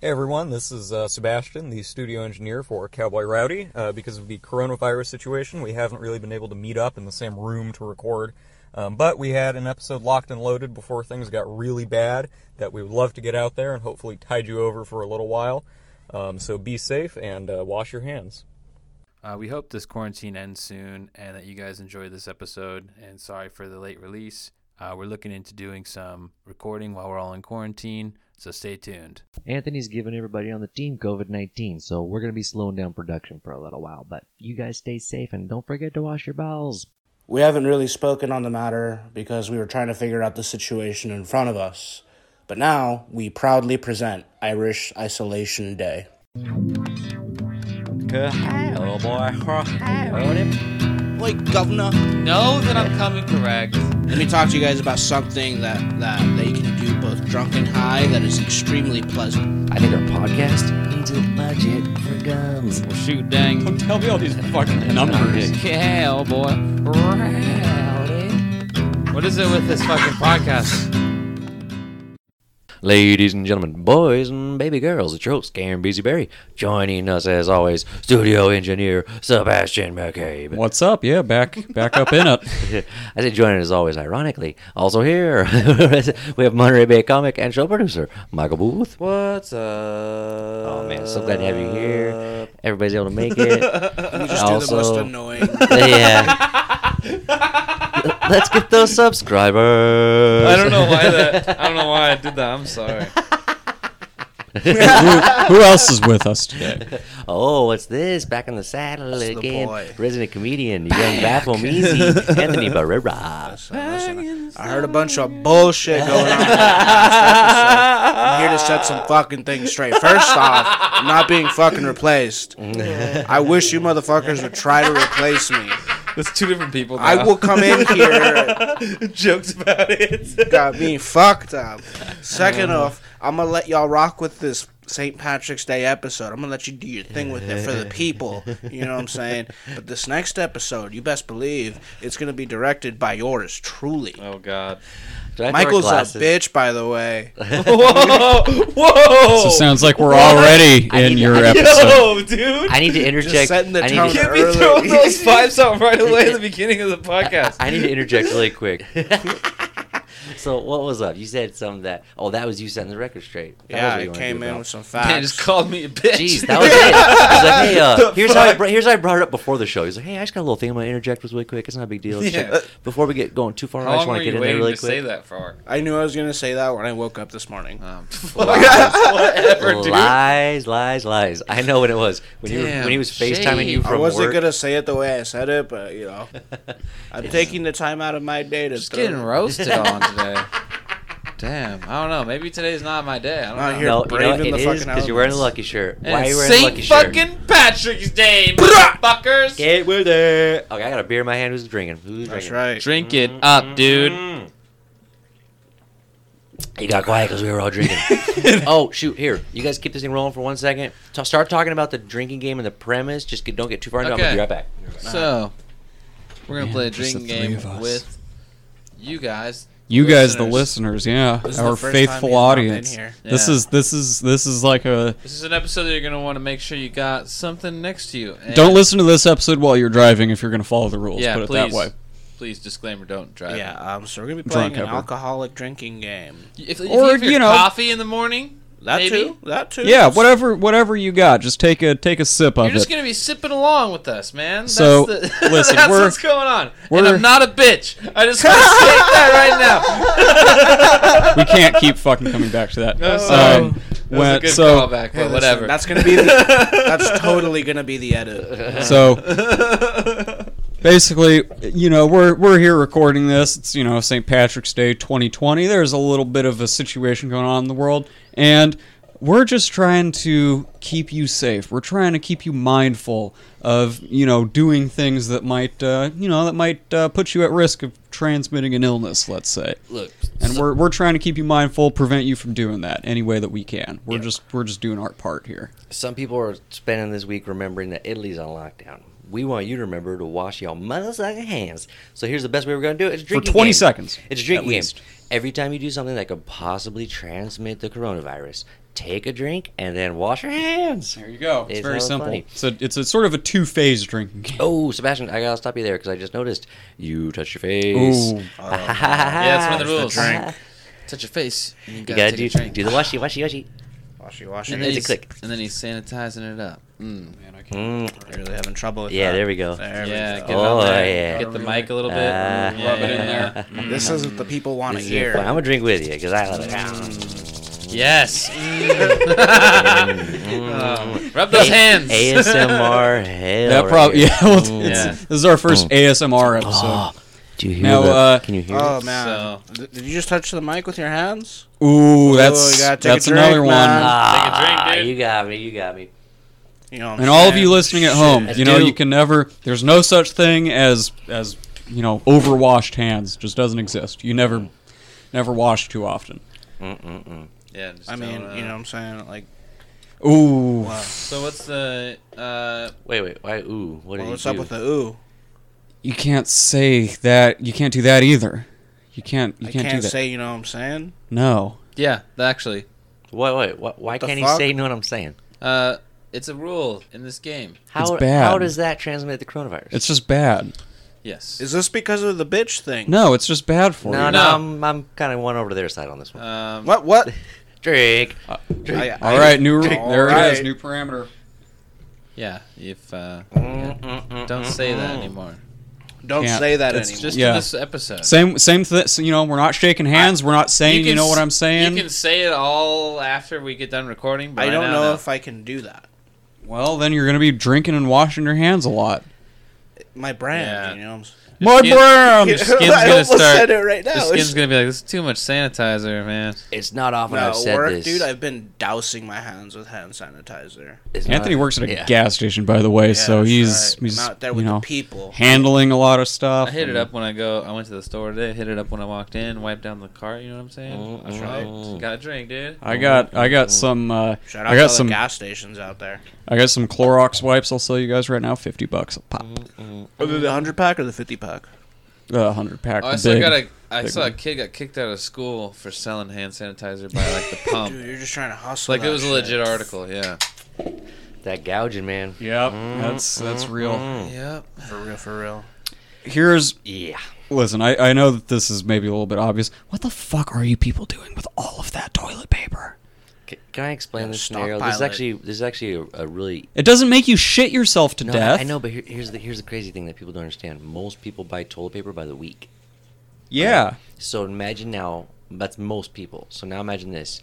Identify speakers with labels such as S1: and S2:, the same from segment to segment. S1: Hey everyone, this is uh, Sebastian, the studio engineer for Cowboy Rowdy. Uh, because of the coronavirus situation, we haven't really been able to meet up in the same room to record. Um, but we had an episode locked and loaded before things got really bad that we would love to get out there and hopefully tide you over for a little while. Um, so be safe and uh, wash your hands.
S2: Uh, we hope this quarantine ends soon and that you guys enjoyed this episode. And sorry for the late release. Uh, we're looking into doing some recording while we're all in quarantine, so stay tuned.
S3: Anthony's giving everybody on the team COVID 19, so we're going to be slowing down production for a little while. But you guys stay safe and don't forget to wash your bowels.
S4: We haven't really spoken on the matter because we were trying to figure out the situation in front of us. But now we proudly present Irish Isolation Day.
S5: Oh boy.
S4: Like, governor,
S5: Know that I'm coming correct.
S4: let me talk to you guys about something that, that they can do both drunk and high that is extremely pleasant.
S3: I think our podcast needs a budget for guns.
S5: Well, shoot, dang. Don't tell me all these fucking numbers. Yeah, oh boy. Rowdy. What is it with this fucking podcast?
S6: Ladies and gentlemen, boys and baby girls, it's your host, Karen Beasy Berry. Joining us as always, studio engineer Sebastian McCabe.
S7: What's up? Yeah, back back up in it.
S6: I say joining as always, ironically. Also here, we have Monterey Bay comic and show producer, Michael Booth.
S8: What's up? Oh
S6: Oh man, so glad to have you here. Everybody's able to make it.
S4: Let me just do
S6: Also-
S4: the most annoying.
S6: yeah. Let's get those subscribers.
S8: I don't know why that. I don't know why I did that. I'm sorry.
S7: who, who else is with us today?
S6: Oh, what's this? Back in the saddle
S4: the
S6: again.
S4: boy.
S6: Resident comedian, young baffle easy, Anthony Barrera.
S4: So listen, I heard a bunch of bullshit going on. in that last episode. I'm here to set some fucking things straight. First off, I'm not being fucking replaced. I wish you motherfuckers would try to replace me.
S8: There's two different people. Now.
S4: I will come in here
S8: jokes about it.
S4: got me fucked up. Second off, I'm gonna let y'all rock with this St. Patrick's Day episode. I'm gonna let you do your thing with it for the people. You know what I'm saying? But this next episode, you best believe it's gonna be directed by yours truly.
S8: oh God.
S6: Do I have to wear
S4: Michael's a
S6: glasses?
S4: bitch, by the way.
S8: Whoa!
S7: So
S8: Whoa!
S7: it sounds like we're already
S6: I
S7: in
S6: need-
S7: your
S6: I need-
S7: episode.
S8: Yo, dude.
S6: I need to interject.
S4: Just setting the
S6: I, need
S4: tone
S6: to,
S8: Can't be throwing those fives out right away at the beginning of the podcast.
S6: I need to interject really quick. so what was up? You said something that oh that was you setting the record straight. That was
S4: Yeah,
S6: what you
S4: it
S6: wanted to
S4: came
S6: do
S4: in
S6: about.
S4: with some
S8: Man,
S4: facts.
S8: just called me a bitch.
S6: Jeez, that was it. I was like, hey, uh, here's how I br- here's how I brought it up before the show. He's like, hey, I just got a little thing I'm gonna interject with really quick. It's not a big deal. It's
S8: Yeah.
S6: like, Before we get going too far, I
S8: How
S6: just
S8: long
S6: want
S8: were
S6: to get
S8: you
S6: in there
S8: waiting
S6: really
S8: to say
S6: quick.
S8: that for?
S4: I knew I was gonna say that when I woke up this morning.
S8: Um, whatever, dude.
S6: Lies, lies, lies. I know what it was when you were,
S8: Damn,
S6: when he was FaceTiming you
S8: shame.
S4: I
S6: from
S4: wasn't
S6: work.
S4: gonna say it the way I said it, but you know, I'm taking the time out of my day to.
S8: Just
S4: throw-
S8: getting roasted on today. Damn, I don't know. Maybe today's not my day. I don't
S4: Not
S8: know.
S4: here.
S6: No, you know,
S4: braving
S6: it
S4: the
S6: is
S4: fucking
S6: because you're wearing a
S4: elements.
S6: lucky shirt.
S8: And
S6: Why are you
S8: it's
S6: wearing a
S8: Saint
S6: lucky shirt?
S8: fucking Patrick's Day, motherfuckers.
S6: Get with it. Okay, I got a beer in my hand. Who's drinking? Who's
S4: That's
S6: drinking?
S4: right.
S8: Drink it up, dude.
S6: Mm. You got quiet because we were all drinking. oh shoot! Here, you guys keep this thing rolling for one second. Ta- start talking about the drinking game and the premise. Just get, don't get too far into it. I'm gonna be right back.
S8: So, we're gonna
S7: Man,
S8: play a
S7: just the
S8: drinking
S7: three
S8: game
S7: of us.
S8: with you guys.
S7: You guys, the listeners, yeah,
S4: This is
S7: our
S4: the first time
S7: faithful
S4: he's not been
S7: audience.
S4: here.
S7: This
S8: Yeah.
S7: is this is this is like a.
S8: This is an episode that you're gonna want to make sure you got something next to you. And
S7: Don't listen to this episode while you're driving if you're going to follow the rules.
S8: Yeah,
S7: put it
S8: please.
S7: that way.
S8: Please, disclaimer: don't drive.
S4: Yeah, um, so we're gonna be playing
S7: Drunk
S4: an
S7: cover.
S4: alcoholic drinking game.
S8: If, if
S7: Or,
S8: you have your
S7: you know-
S8: coffee in the morning,
S4: That
S8: maybe
S4: too. That too.
S7: Yeah, whatever whatever you got, just take a take a sip of
S8: you're just
S7: it.
S8: gonna be sipping along with us, man.
S7: So,
S8: that's the,
S7: listen,
S8: that's
S7: we're-
S8: what's going on. And
S7: we're-
S8: I'm not a bitch. I just want to state that right now.
S7: we can't keep fucking coming back to that.
S8: No, sorry.
S7: um,
S8: That was a
S7: when-
S8: good
S7: so
S8: callback, but
S4: Hey, listen,
S8: whatever.
S4: That's gonna be. The, that's totally gonna be the edit.
S7: So basically, you know, we're we're here recording this. It's you know St. Patrick's Day 2020. There's a little bit of a situation going on in the world, and we're just trying to keep you safe. We're trying to keep you mindful of you know doing things that might uh, you know that might uh, put you at risk of transmitting an illness. Let's say.
S6: Look,
S7: And we're, we're trying to keep you mindful, prevent you from doing that any way that we can. We're just we're just doing our part here.
S6: some people are spending this week remembering that Italy's on lockdown. we want you to remember to wash your motherfucking hands. So here's the best way we're gonna do it. It's a
S7: For
S6: drinking
S7: 20
S6: game.
S7: seconds,
S6: It's a drinking
S7: at
S6: game.
S7: least.
S6: Every time you do something that could possibly transmit the coronavirus, take a drink and then wash your hands.
S7: There you go. It's,
S6: It's
S7: very
S6: hella
S7: simple.
S6: funny.
S7: It's a it's a sort of a two phase drinking game.
S6: Oh, Sebastian, I gotta stop you there because I just noticed you touched your face.
S7: Ooh.
S4: Uh,
S8: Yeah, that's one of the rules.
S6: drink.
S8: Touch your face. And you
S6: You
S8: gotta,
S6: gotta
S8: take
S6: do,
S8: a drink.
S6: do the washy, washy, washy.
S4: Washy, washy.
S8: and
S6: then
S8: then,
S6: it's a
S8: he's,
S6: click.
S8: and then he's sanitizing it up. Mm.
S6: Mm,
S4: Really having trouble with
S8: Uh,
S6: yeah,
S4: that.
S6: there we go.
S4: There we
S8: Yeah,
S4: go.
S8: get it on
S6: Oh,
S8: there.
S6: yeah.
S8: Get the mic a little bit.
S6: Ah.
S8: yeah,
S5: Rub it in there.
S4: This is what the people want to
S6: This is really
S4: hear.
S6: fun. I'm gonna drink with you because I love it.
S8: Yes.
S6: Mm.
S8: Rub those hands.
S6: ASMR, hell.
S7: That
S6: right
S7: probably
S6: here.
S7: yeah, well, it's-
S8: Yeah.
S7: This is our first ASMR episode.
S6: Oh, do you hear
S7: Now,
S6: the,
S7: uh,
S6: Can you hear?
S4: Oh
S6: it?
S4: man, Th- did you just touch the mic with your hands?
S7: Ooh,
S4: you
S7: that's
S4: gotta take a
S7: that's
S4: drink,
S7: another one.
S4: man.
S6: Ah,
S8: drink, dude.
S6: You got me. You got me.
S4: You know. What I'm
S7: And all of
S4: saying?
S7: you listening at home,
S6: Let's
S7: you know
S6: do.
S7: you can never. There's no such thing as as you know overwashed hands. Just doesn't exist. You never never wash too often.
S8: Yeah. just
S4: I mean,
S8: don't, uh,
S4: you know what I'm saying? Like,
S7: Ooh,
S8: So what's the? Uh,
S6: Wait, wait. Why? Ooh, what did
S4: what's
S6: you
S4: up
S6: do?
S4: with the ooh?
S7: you can't say that. You can't do that either. You can't. You
S4: I
S7: can't, do
S4: can't
S7: that.
S4: say, you know what I'm saying?
S7: no.
S8: yeah. Actually,
S6: Wait, wait. What, why
S4: the
S6: can't
S4: fuck?
S6: he say know what I'm saying?
S8: uh, it's a rule in this game.
S6: How,
S7: bad.
S6: how does that transmit the coronavirus?
S7: It's just bad.
S8: Yes.
S4: Is this because of the bitch thing?
S7: No, it's just bad for
S6: no,
S7: you.
S6: no.
S8: No.
S6: I'm, I'm kind of one over to their side on this one.
S8: Um,
S4: What? What?
S6: Drink.
S4: I,
S7: All right, new
S4: All
S7: there it is,
S4: right.
S7: new parameter.
S8: Yeah. If uh, yeah. don't say that anymore.
S4: Don't
S7: Can't.
S4: say that
S8: It's
S4: anymore.
S8: just
S7: Yeah.
S8: in this episode.
S7: Same same thing. you know, we're not shaking hands. we're not saying. You,
S8: can
S7: know what
S8: s-
S7: I'm saying.
S8: You can say it all after we get done recording. But
S4: I
S8: right
S4: don't
S8: now,
S4: know
S8: no.
S4: if I can do that.
S7: Well, then you're gonna be drinking and washing your hands a lot.
S4: My brand,
S8: Yeah.
S4: you know. What I'm saying?
S7: My
S8: skin-
S7: brand.
S8: skin's
S4: I
S8: gonna
S4: almost
S8: start-
S4: said it right now.
S8: The
S4: It's-
S8: skin's gonna be like, this is too much sanitizer, man.
S6: It's not often
S4: no,
S6: I've said
S4: work,
S6: this.
S4: dude. I've been dousing my hands with hand sanitizer.
S6: It's not-
S7: Anthony works at a
S6: yeah.
S7: gas station, by the way,
S4: Yeah,
S7: so
S4: that's
S7: he's
S4: right.
S7: he's
S4: I'm out there
S7: you
S4: with
S7: know
S4: the people.
S7: handling a lot of stuff.
S8: I hit it
S7: and-
S8: up when I go. I went to the store today. Hit it up when I walked in. Wiped down the cart. You know what I'm saying? That's right. Got a drink, dude.
S7: I got I got some uh,
S4: Shout out
S7: I
S4: to all
S7: got
S4: the
S7: some
S4: gas stations out there.
S7: I got some Clorox wipes. I'll sell you guys right now, fifty bucks a pop,
S4: the hundred pack or the fifty pack?
S7: a hundred pack.
S8: Oh, I
S7: the
S8: saw
S7: big.
S8: got a. I
S7: big
S8: saw a
S7: one.
S8: kid got kicked out of school for selling hand sanitizer by like the pump.
S4: Dude, you're just trying to hustle.
S8: like it
S4: that
S8: was a
S4: shit.
S8: legit article. Yeah.
S6: that gouging, man.
S7: Yep, that's that's real.
S8: Yep.
S4: For real, for real.
S7: Here's
S6: Yeah.
S7: listen. I I know that this is maybe a little bit obvious. What the fuck are you people doing with all of that toilet paper?
S6: C- can I explain
S4: Gotta
S6: this scenario? This is
S4: stockpile it.
S6: actually this is actually a, a really
S7: It doesn't make you shit yourself to
S6: no, I-
S7: death.
S6: I know, but here, here's the here's the crazy thing that people don't understand. Most people buy toilet paper by the week.
S7: Yeah.
S6: So imagine now that's most people. So now imagine this.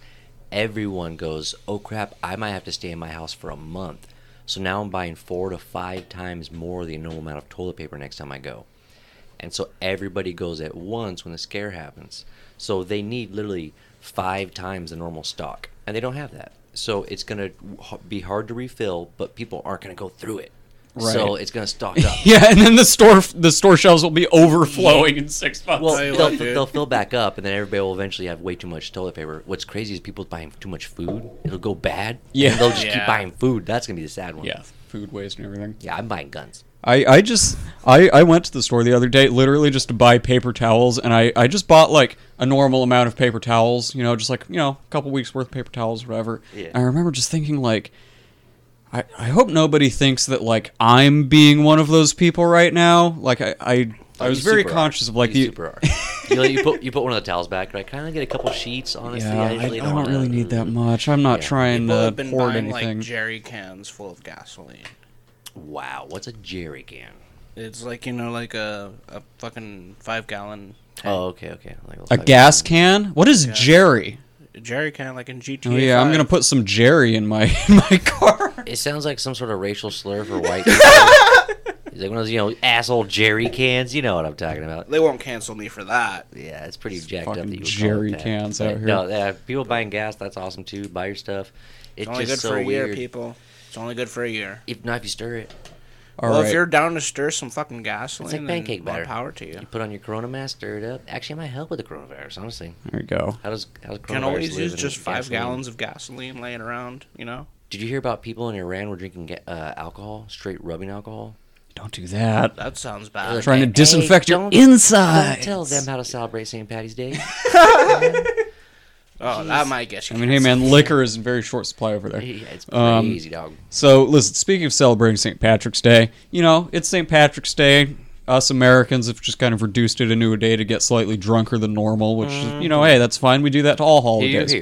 S6: Everyone goes, "Oh crap, I might have to stay in my house for a month." So now I'm buying 4 to 5 times more the normal amount of toilet paper next time I go. And so everybody goes at once when the scare happens. So they need literally 5 times the normal stock, and they don't have that. So it's going to be hard to refill, but people aren't going to go through it. So
S7: Right.
S6: it's going to stock up.
S7: Yeah, and then the store the store shelves will be overflowing in six months.
S6: Well,
S4: Tell you
S6: they'll,
S4: what, dude.
S6: they'll fill back up, and then everybody will eventually have way too much toilet paper. What's crazy is people buying too much food. It'll go bad.
S7: Yeah.
S6: And they'll just
S4: Yeah.
S6: keep buying food. That's gonna be the sad one.
S7: yeah, food waste and everything.
S6: Yeah, I'm buying guns.
S7: I, I just I, I went to the store the other day literally just to buy paper towels and I, I just bought like a normal amount of paper towels, you know, just like, you know, a couple weeks worth of paper towels, whatever.
S6: Yeah.
S7: I remember just thinking like I, I hope nobody thinks that like I'm being one of those people right now. Like I I, I
S6: You
S7: was
S6: Oh,
S7: very
S6: super are.
S7: conscious of like
S6: you
S7: the
S6: super are. you, know, you put you put one of the towels back. Like, can I get a couple sheets? Honestly,
S7: yeah, I, I
S6: usually
S7: don't really
S6: wanna-
S7: need that much. I'm not
S6: Yeah.
S7: trying
S4: People have
S7: to
S4: been
S7: hoard
S4: buying
S7: uh, anything.
S4: like jerry cans full of gasoline.
S6: Wow, what's a jerry can?
S4: It's like you know, like a a fucking five gallon.
S6: Oh, okay, okay. Like,
S7: a gas can? What is Jerry?
S4: Jerry can, like in GTA.
S7: Oh yeah, I'm
S4: 5.
S7: gonna put some Jerry in my in my car.
S6: It sounds like some sort of racial slur for white. people. He's like one of those, you know, asshole jerry cans. You know what I'm talking about.
S4: They won't cancel me for that.
S6: Yeah, it's pretty jacked up. That
S7: fucking
S6: you would call
S7: jerry
S6: it that.
S7: cans
S6: But
S7: out here.
S6: No, yeah, people buying gas, that's awesome too. Buy your stuff. It's,
S4: It's only
S6: just
S4: good
S6: so
S4: for a year,
S6: weird.
S4: people. It's only good for a year.
S6: If not, if you stir it,
S7: All
S4: well,
S7: right.
S4: if you're down to stir some fucking gasoline,
S6: it's like pancake
S4: then more
S6: batter.
S4: power to you.
S6: You put on your Corona mask, stir it up. Actually, it might help with the coronavirus. Honestly,
S7: There you go.
S6: how does how does coronavirus
S4: Can always
S6: live
S4: use
S6: in
S4: just five
S6: gasoline?
S4: gallons of gasoline laying around. You know.
S6: Did you hear about people in Iran were drinking ga- uh, alcohol, straight rubbing alcohol?
S7: Don't do that.
S4: That sounds bad.
S7: Trying to
S6: Hey,
S7: disinfect your
S6: don't-
S7: inside.
S6: Tell them how to celebrate St. Patty's Day.
S4: Oh, that might get
S7: I
S4: you.
S7: mean, hey man, liquor is in very short supply over there.
S6: yeah, it's
S7: Um,
S6: crazy, dog.
S7: So, listen, speaking of celebrating St. Patrick's Day, you know, it's St. Patrick's Day. Us Americans have just kind of reduced it into a day to get slightly drunker than normal, which, is, you know,
S6: Mm-hmm.
S7: hey, that's fine. We do that to all holidays.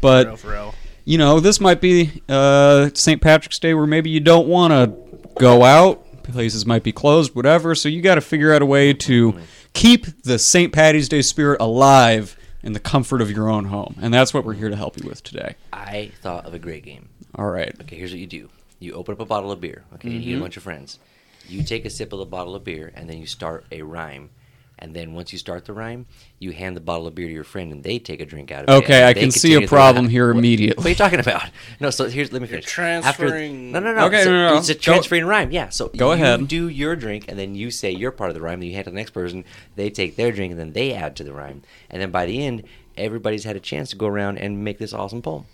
S7: But,
S4: For real.
S7: you know, this might be uh, St. Patrick's Day where maybe you don't want to go out. Places might be closed, whatever. So, you got to figure out a way to keep the St. Patty's Day spirit alive in the comfort of your own home. And that's what we're here to help you with today.
S6: I thought of a great game.
S7: All right.
S6: Okay, here's what you do. You open up a bottle of beer. Okay, you and a bunch of friends. You take a sip of the bottle of beer, and then you start a rhyme. And then once you start the rhyme, you hand the bottle of beer to your friend, and they take a drink out of it.
S7: Okay,
S6: and
S7: I
S6: they
S7: can see
S6: continue
S7: a
S6: the
S7: problem
S6: rhyme.
S7: here
S6: What-
S7: immediately.
S6: What are you talking about? No, so here's let me finish.
S4: transferring-
S6: After, no, no, no.
S7: Okay,
S6: so
S7: no, no, no.
S6: It's a
S7: Go-
S6: transferring rhyme. Yeah. So
S7: Go
S6: you
S7: ahead.
S6: Do your drink, and then you say your part of the rhyme. Then you hand it to the next person. They take their drink, and then they add to the rhyme. And then by the end, everybody's had a chance to go around and make this awesome poem.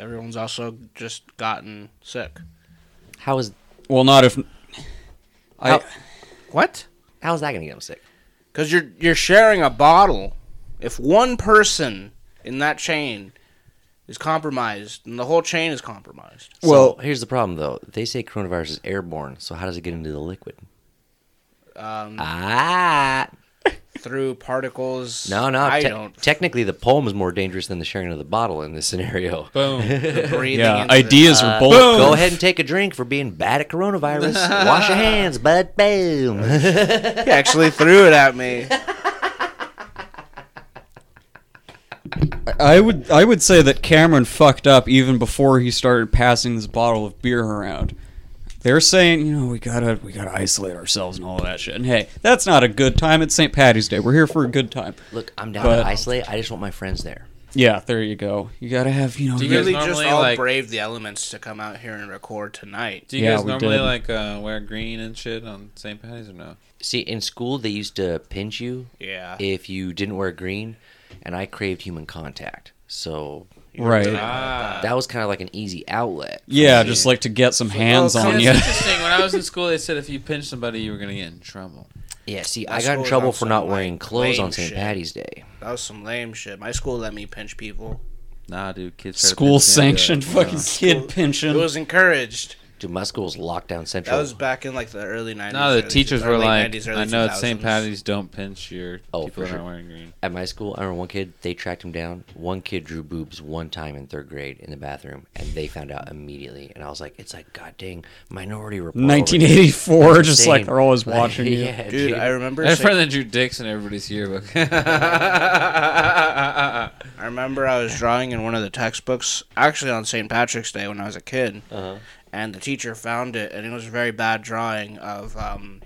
S4: Everyone's also just gotten sick.
S6: How is
S7: Well, not if. I,
S6: How-
S4: What?
S6: how's that gonna get them sick?
S4: Because you're you're sharing a bottle. If one person in that chain is compromised, and the whole chain is compromised,
S6: Well,
S7: Well-
S6: here's the problem though. They say coronavirus is airborne, so how does it get into the liquid?
S4: um,
S6: Ah,
S4: through particles.
S6: no, no.
S4: I
S6: te-
S4: don't
S6: Technically, the poem is more dangerous than the sharing of the bottle in this scenario. Uh,
S4: the breathing.
S7: yeah,
S4: into the-
S7: ideas are bold.
S6: Go ahead and take a drink for being bad at coronavirus. Wash your hands, bud. Boom.
S4: He actually threw it at me.
S7: I would I would say that Cameron fucked up even before he started passing this bottle of beer around. They're saying, you know, we gotta we gotta isolate ourselves and all that shit. And hey, that's not a good time. It's St. Patty's Day. We're here for a good time.
S6: Look, I'm down
S7: But-
S6: to isolate. I just want my friends there.
S7: Yeah, there you go. You gotta have you know.
S8: Do you
S7: you-
S8: guys
S4: Really, just
S8: normally,
S4: all
S8: like-
S4: braved the elements to come out here and record tonight.
S8: Do you
S7: Yeah,
S8: guys
S7: we
S8: normally
S7: did.
S8: like uh, wear green and shit on St. Patty's or no?
S6: See, in school they used to pinch you
S4: Yeah.
S6: if you didn't wear green, and I craved human contact. So
S7: right.
S8: Ah.
S6: that was kind of like an easy outlet.
S7: Yeah, just like to get some hands
S8: See,
S7: on
S8: that's
S7: you.
S8: interesting. When I was in school, they said if you pinched somebody, you were gonna get in trouble.
S6: Yeah, see,
S4: That's
S6: I got in
S4: what
S6: trouble
S4: I'm
S6: for
S4: saying,
S6: not
S4: like,
S6: wearing clothes
S4: lame
S6: on St.
S4: shit.
S6: Patty's Day.
S4: That was some lame shit. My school let me pinch people.
S8: Nah, dude, kids. try to
S7: School
S8: pinch me, I'd be
S7: sanctioned
S8: like,
S7: fucking
S8: "No."
S7: kid
S4: It
S7: pinching.
S4: was encouraged.
S6: Dude, my school's lockdown central.
S4: That was back in like the early 90s.
S8: No, the
S4: early
S8: teachers
S4: 2000s,
S8: were
S4: early
S8: like,
S4: 90s, early
S8: "I know it's St.
S4: 2000s.
S8: Patty's. Don't pinch your
S6: Oh,
S8: people
S6: for
S8: that
S6: sure.
S8: aren't wearing green."
S6: At my school, I remember one kid, they tracked him down. One kid drew boobs one time in third grade in the bathroom, and they found out immediately. And I was like, it's like, god dang, minority report. over here.
S7: 1984,
S6: That's
S7: just like
S6: insane.
S7: they're always watching you.
S6: Yeah, dude.
S4: Dude, I remember.
S8: I have a
S4: St.
S8: friend that drew dicks in everybody's yearbook.
S4: I remember I was drawing in one of the textbooks, actually on St. Patrick's Day when I was a kid, and the teacher found it, and it was a very bad drawing of um,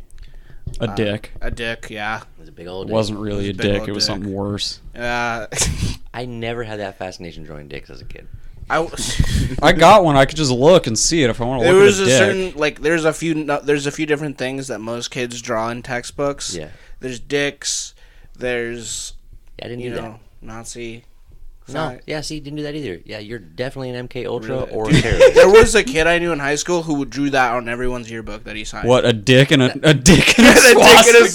S7: A dick.
S4: a dick. Yeah,
S6: It was a big old.
S7: It wasn't really a
S4: It was a big
S7: dick.
S4: old
S7: It was
S4: dick.
S7: something worse.
S4: uh,
S6: I never had that fascination drawing dicks as a kid.
S4: I was.
S7: I got one. I could just look and see it if I want to
S4: There
S7: look
S4: was
S7: at
S4: a
S7: a, dick.
S4: certain like there's a few no, there's a few different things that most kids draw in textbooks.
S6: Yeah.
S4: There's dicks. There's
S6: Yeah, I didn't
S4: you
S6: do
S4: know Nazi.
S6: that. No,
S4: fine.
S6: yeah, see, didn't do that either. Yeah, you're definitely an MK Ultra
S4: Really?
S6: or a terrorist.
S4: There was a kid I knew in high school who drew that on everyone's yearbook that he signed.
S7: What a dick and a, a dick and a,
S4: And a dick and
S7: swastika.
S4: a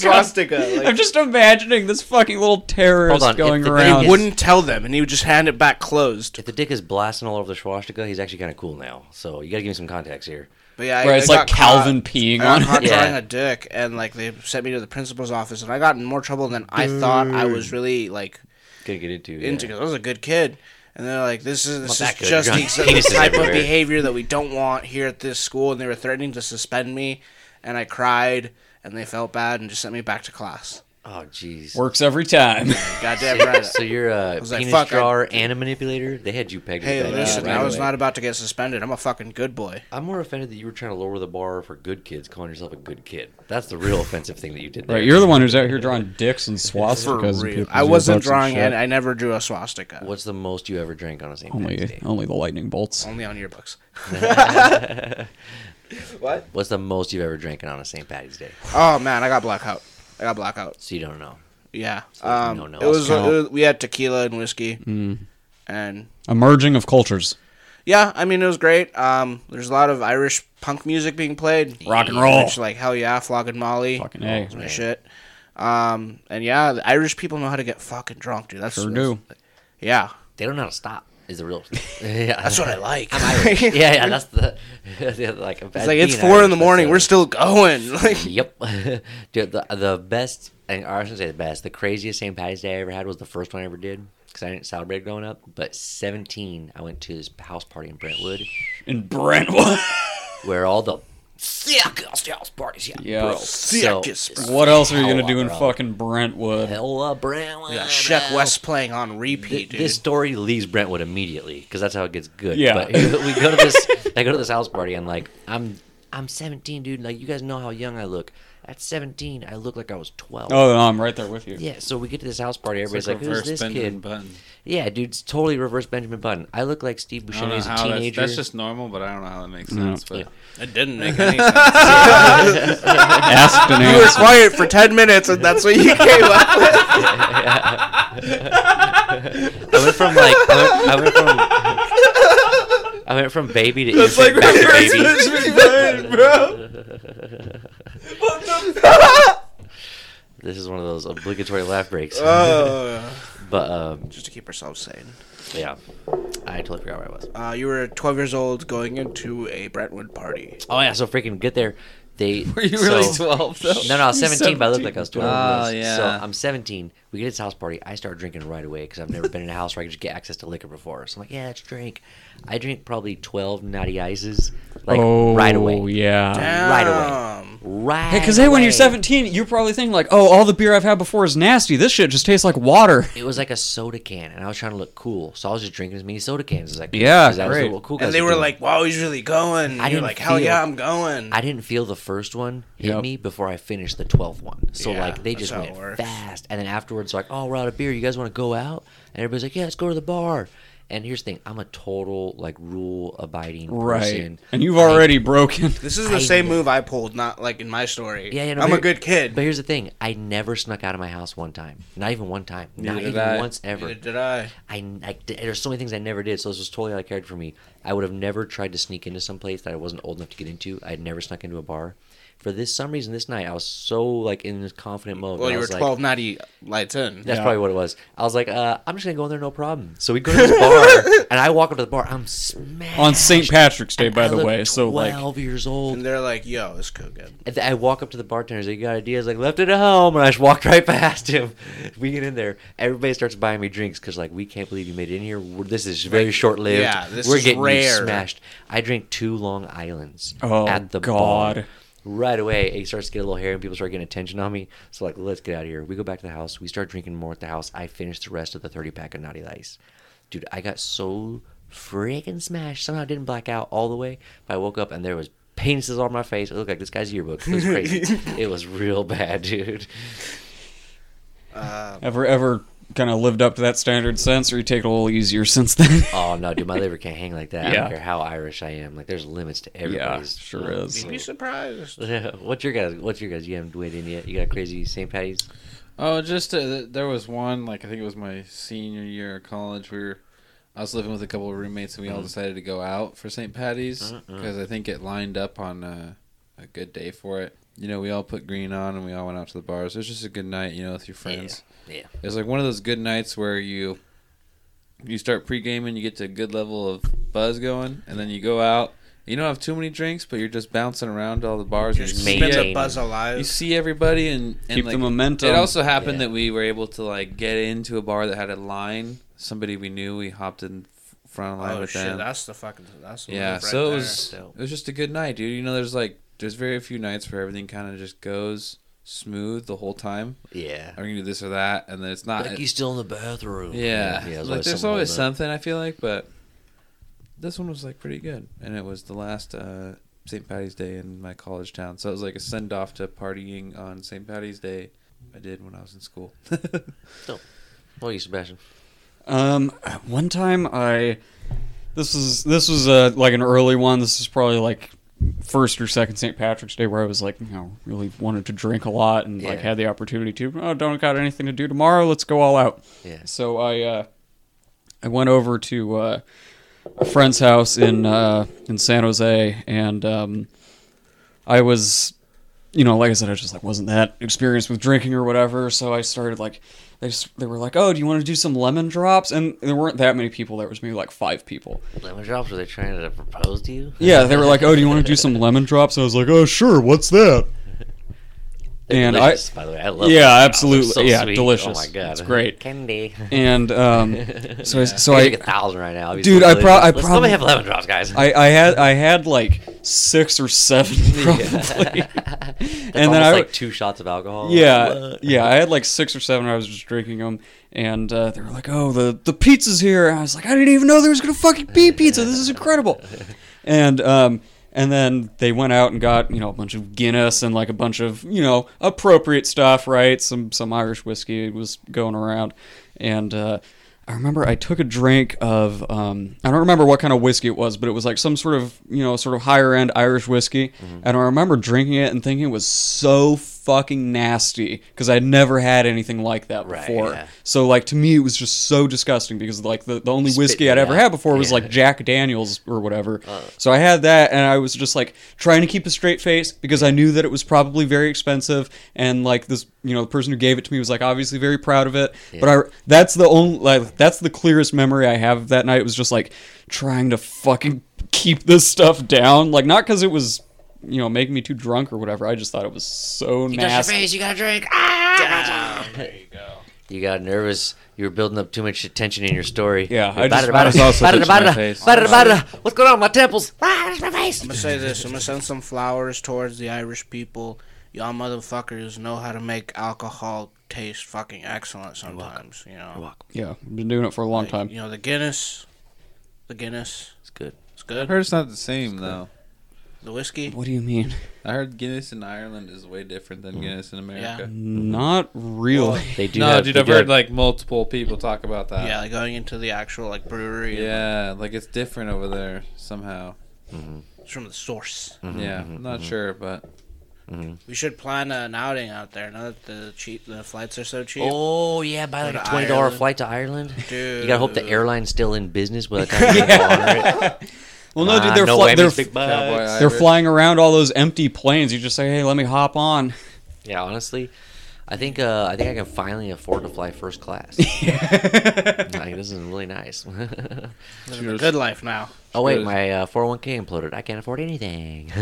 S4: swastika. Like,
S7: I'm just imagining this fucking little terrorist
S6: Hold on, if
S7: going
S6: the dick
S7: around.
S6: is-
S4: wouldn't tell them, and he would just hand it back closed.
S6: if the dick is blasting all over the swastika, he's actually kind of cool now. So you got to give me some context here.
S4: But yeah, I-
S7: Where
S4: I
S7: it's like
S4: got caught-
S7: Calvin peeing
S4: I got
S7: on
S4: caught
S6: it.
S4: drawing
S6: Yeah.
S4: a dick, and like they sent me to the principal's office, and I got in more trouble than I thought I was really like
S6: Gonna get into. yeah.
S4: into because I was a good kid. And they're like, "This is this
S6: that
S4: is
S6: good.
S4: just
S6: You're
S4: the
S6: on
S4: exa-
S6: penises
S4: the type
S6: everywhere."
S4: of behavior that we don't want here at this school." And they were threatening to suspend me, and I cried, and they felt bad and just sent me back to class.
S6: Oh, jeez.
S7: Works every time.
S4: Goddamn right.
S6: So you're a
S4: was like,
S6: penis
S4: "Fuck, I-
S6: drawer and a manipulator. They had you pegged.
S4: Hey,
S6: with that
S4: listen,
S6: right
S4: I was
S6: away.
S4: not about to get suspended. I'm a fucking good boy.
S6: I'm more offended that you were trying to lower the bar for good kids, calling yourself a good kid. That's the real offensive thing that you did. There.
S7: right, you're the one who's out here drawing dicks and swastikas.
S4: For
S7: and
S4: real.
S7: people's
S4: I wasn't
S7: earbuds
S4: drawing,
S7: and
S4: and
S7: shit.
S4: I never drew a swastika.
S6: What's the most you ever drank on a
S4: Oh
S6: St. Patty's
S7: Only,
S6: Day?
S7: only the lightning bolts.
S4: Only on yearbooks.
S6: What's the most you've ever drank on a St. Patty's Day?
S4: Oh man, I got blackout. I got blackout.
S6: So you don't know.
S4: Yeah.
S6: like,
S4: Um,
S6: no, no.
S4: it, was,
S7: Let's
S4: it
S7: go. Mm.
S4: was- we had tequila and whiskey, and
S7: A merging of cultures.
S4: yeah, I mean it was great. Um, there's a lot of Irish punk music being played,
S7: Rock and roll.
S4: Which, like hell yeah, flogging Molly,
S7: Fucking A.
S4: my shit. Um, and yeah, the Irish people know how to get fucking drunk, dude. That's
S7: Sure
S4: that's-
S7: do.
S4: Yeah,
S6: They don't know how to stop. Is the real? yeah,
S4: that's what I like.
S6: yeah, yeah. That's the yeah, like.
S4: It's like it's four in the morning. We're still going. Like
S6: Yep, dude. The, the best, and I shouldn't say the best. The craziest St. Patty's Day I ever had was the first one I ever did because I didn't celebrate growing up. But seventeen, I went to this house party in Brentwood
S7: in Brentwood.
S6: where all the sickest house parties. Yeah,
S7: Yeah.
S6: bro.
S4: Sickest,
S6: So,
S7: what else are you gonna
S6: Hella,
S7: do in
S6: Oh, bro.
S7: fucking Brentwood?
S6: Hella Brentwood.
S4: got Sheck
S6: bro.
S4: West playing on repeat, dude.
S6: uh, This story leaves Brentwood immediately because that's how it gets good.
S7: Yeah.
S6: But we go to this. I go to this house party and like I'm I'm 17, dude. Like you guys know how young I look. At 17, I look like I was 12.
S7: Oh, no, I'm right there with you.
S6: Yeah. So we get to this house party. Everybody's
S8: It's
S6: like,
S8: like
S6: "Who's
S8: reverse
S6: this
S8: Benjamin
S6: kid?"
S8: Button.
S6: Yeah, dude. It's totally reverse Benjamin Button. I look like Steve
S8: I don't
S6: Buscemi
S8: know
S6: as a
S8: how that's,
S6: teenager.
S8: that's just normal, but I don't know how that makes sense. But
S4: It didn't make any sense.
S7: Asked and
S4: you were
S7: answered.
S4: quiet for ten minutes, and that's what you came up with.
S6: I went from like I went, I went from I went from baby to infant, back to baby. This is one of those obligatory laugh breaks. Oh.
S4: Uh,
S6: but um,
S4: just to keep ourselves sane.
S6: yeah, I totally forgot where I was.
S4: Uh, you were 12 years old going into a Brentwood party.
S6: Oh yeah, so freaking get there. They
S8: were you really
S6: so-
S8: twelve though?
S6: No, no, I was 17, but I looked like I was 12.
S8: Oh,
S6: yes. So
S8: yeah.
S6: I'm 17. We get to this house party. I start drinking right away because I've never been in a house where I could just get access to liquor before. So I'm like, yeah, let's drink. I drink probably 12 natty ices, like
S7: oh,
S6: right away.
S7: Yeah.
S6: Right away.
S4: Um,
S6: Right
S7: Hey, because hey, when you're
S6: away.
S7: 17, you're probably thinking like, "Oh, all the beer I've had before is nasty. This shit just tastes like water."
S6: It was like a soda can, and I was trying to look cool. So I was just drinking as many soda cans as I could.
S7: Yeah,
S6: 'cause that was
S7: great.
S6: what cool guys
S4: and they
S6: were
S4: were
S6: doing.
S4: like, wow, he's really going.
S6: I
S4: I You're
S6: didn't
S4: like, hell yeah,
S6: feel-
S4: I'm going.
S6: I didn't feel the first one hit
S7: Yep.
S6: me before I finished the twelfth one. So
S4: Yeah,
S6: like they
S4: that's
S6: just
S4: how it
S6: went
S4: works.
S6: fast, and then afterwards like, oh, we're out of beer. You guys want to go out? And everybody's like, yeah, let's go to the bar. And here's the thing: I'm a total like rule abiding
S7: Right.
S6: person.
S7: And you've already broken.
S4: this is the
S6: I
S4: same
S6: knew-
S4: move I pulled, not like in my story.
S6: Yeah, yeah, no,
S4: I'm
S6: but
S4: a
S6: here-
S4: good kid.
S6: But here's the thing: I never snuck out of my house one time. Not even one time. Not
S8: Neither
S6: even
S8: did I.
S6: once ever.
S4: Neither did I.
S6: I, I did- there's so many things I never did, so this was totally out of character for me. I would have never tried to sneak into some place that I wasn't old enough to get into. I had never snuck into a bar. For this some reason, this night I was so like in this confident mode.
S4: Well,
S6: that
S4: you
S6: I
S4: were
S6: was
S4: 12,
S6: Like,
S4: natty lights in.
S6: that's
S7: Yeah.
S6: probably what it was. I was like, uh, I'm just gonna go in there, no problem. So we go to this bar, and I walk up to the bar. I'm smashed.
S7: on St. Patrick's Day,
S6: And
S7: by
S6: I
S7: the
S6: look
S7: way. So like,
S6: twelve years old.
S4: And they're like, yo, it's cool good.
S6: And I walk up to the bartender. He's like, "You got ideas?" Like, left it at home, and I just walked right past him. We get in there. Everybody starts buying me drinks because, like, we can't believe you made it in here. We're, this is very short lived.
S4: yeah, this
S6: We're
S4: is
S6: getting you
S4: rare.
S6: smashed. I drink two Long Island's
S7: Oh,
S6: at the
S7: God.
S6: bar. Right away, it starts to get a little hairy, and people start getting attention on me. So, like, let's get out of here. We go back to the house. We start drinking more at the house. I finish the rest of the thirty pack of Naughty Lice. Dude, I got so freaking smashed. Somehow I didn't black out all the way, but I woke up and there was penises all on my face. It looked like this guy's yearbook. It was crazy. it was real bad, dude.
S4: uh,
S7: ever ever kind of lived up to that standard since, or you take it a little easier since then?
S6: Oh no, dude, my liver can't hang like that. I
S7: Yeah.
S6: don't care how Irish I am. Like, there's limits to
S7: yeah,
S6: everybody's.
S7: sure is.
S4: You'd be surprised.
S6: what's your guys? What's your guys? You haven't weighed in yet. You got crazy St. Patty's.
S8: Oh, just uh, th- there was one. Like I think it was my senior year of college. We were, I was living with a couple of roommates, and we
S6: Mm-hmm.
S8: all decided to go out for St. Patty's because I think it lined up on uh, a good day for it. You know, we all put green on, and we all went out to the bars. It was just a good night, you know, with your friends.
S6: Yeah.
S8: It was like one of those good nights where you you start pre gaming, you get to a good level of buzz going, and then you go out. You don't have too many drinks, but you're just bouncing around all the bars.
S4: Just
S8: You're
S6: made
S4: spin
S6: it.
S4: the buzz
S8: you
S4: alive.
S8: see everybody and, and
S7: Keep the
S8: like,
S7: momentum.
S8: It also happened
S6: Yeah.
S8: that we were able to like get into a bar that had a line. Somebody we knew, we hopped in f- front of the line
S4: Oh,
S8: with
S4: shit,
S8: them.
S4: that's the fucking, that's the
S8: yeah,
S4: move right
S8: so it
S4: there.
S8: was it was just a good night, dude. You know, there's like there's very few nights where everything kind of just goes smooth the whole time.
S6: Yeah.
S8: I'm gonna do this or that, and then it's
S7: Uh,
S8: not.
S6: Like he's still in the bathroom.
S8: yeah,
S6: yeah.
S8: like there's always
S6: holding up.
S8: something I feel like, but this one was like pretty good, and it was the last uh, St. Patty's Day in my college town, so it was like a send off to partying on St. Patty's Day. I did when I was in school.
S6: What are you, Sebastian?
S7: Um, one time I, this was this was uh like an early one. This was probably like first or second St. Patrick's Day where I was like, you know, really wanted to drink a lot and like
S6: Yeah.
S7: had the opportunity to. Oh, don't got anything to do tomorrow. Let's go all out.
S6: Yeah.
S7: So I uh, I went over to uh, a friend's house in uh, in San Jose, and um, I was, you know, like I said, I just like wasn't that experienced with drinking or whatever, so I started like. They, just, they were like, oh, do you want to do some lemon drops? And there weren't that many people. There was maybe like five people.
S6: Lemon drops? Were they trying to propose to you?
S7: Yeah, they were like, oh, do you want to do some lemon drops? And I was like, oh, sure. What's that?
S6: They're
S7: and I-
S6: delicious, by the way, I love. lemon
S7: Yeah,
S6: drops. They're
S7: absolutely.
S6: so
S7: Yeah,
S6: sweet.
S7: delicious.
S6: Oh my god,
S7: It's great.
S6: candy.
S7: And um, so I, so
S6: So I
S7: I,
S6: a thousand right now. These
S7: Dude,
S6: are
S7: I pro- I
S6: delicious. Let's- Let
S7: probably-
S6: me have lemon drops, guys.
S7: I, I had I had like six or seven probably.
S6: That's
S7: and then
S6: almost
S7: I
S6: like two shots of alcohol.
S7: yeah yeah I had like six or seven. I was just drinking them, and uh, they were like, "Oh, the the pizza's here." And I was like, "I didn't even know there was gonna fucking be pizza. This is incredible." And um and then they went out and got you know a bunch of Guinness and like a bunch of you know appropriate stuff, right? Some some Irish whiskey was going around, and. uh I remember I took a drink of um, I don't remember what kind of whiskey it was, but it was like some sort of you know sort of higher end Irish whiskey,
S6: Mm-hmm.
S7: and I remember drinking it and thinking it was so fucking nasty because I'd never had anything like that
S6: Right,
S7: before.
S6: yeah.
S7: So like to me it was just so disgusting because like the, the only
S6: Spit
S7: whiskey
S6: it
S7: I'd ever
S6: out.
S7: had before was
S6: Yeah.
S7: like Jack Daniels or whatever.
S6: Uh.
S7: So I had that and I was just like trying to keep a straight face because I knew that it was probably very expensive and like this you know the person who gave it to me was like obviously very proud of it. But I that's the only like that's the clearest memory I have of that night was just like trying to fucking keep this stuff down like not cuz it was you know making me too drunk or whatever. I just thought it was so nasty.
S6: you gotta drink. Ah! there you go. You got nervous. You were building up too much tension in your story.
S7: Yeah,
S6: You're
S7: I just-
S6: bada-
S7: I
S6: bada-
S7: was
S8: also
S6: bada-
S8: touching my
S6: bada-
S8: face.
S6: bada- bada- What's going on with my temples? Ah, it's my face.
S4: I'm gonna say this. I'm gonna send some flowers towards the Irish people. Y'all motherfuckers know how to make alcohol taste fucking excellent sometimes. You know,
S7: Yeah, I've been doing it for a long time.
S4: you know the Guinness, the Guinness,
S6: It's good.
S4: it's good.
S8: I heard it's not the same though.
S4: The whiskey,
S7: What do you mean?
S8: I heard Guinness in Ireland is way different than Guinness in America.
S7: Not really.
S6: They do.
S8: No,
S6: have,
S8: dude,
S6: they
S8: I've
S6: do
S8: heard
S6: have-
S8: like multiple people talk about that.
S4: yeah, like going into the actual like brewery. and
S8: Yeah, like it's different over there somehow.
S4: it's from the source.
S8: yeah, I'm not sure, but
S4: We should plan an outing out there. Now that the cheap, the flights are so cheap,
S6: Oh yeah, buy like
S4: Go
S6: a
S4: to
S6: twenty dollar
S4: Ireland.
S6: flight to Ireland.
S4: dude.
S6: You gotta hope the airline's still in business by the time you get on. Ah,
S7: Well, no, dude, they're,
S6: no
S7: fly-
S6: whammies,
S7: they're,
S6: big
S8: Cowboy
S6: bucks.
S7: they're
S8: Irish.
S7: flying around all those empty planes. You just say, hey, let me hop on.
S6: Yeah, honestly, I think uh, I think I can finally afford to fly first class. like, this is really nice.
S4: Living the good life now.
S6: oh wait,
S8: Good.
S6: my uh, 401k imploded. I can't afford anything.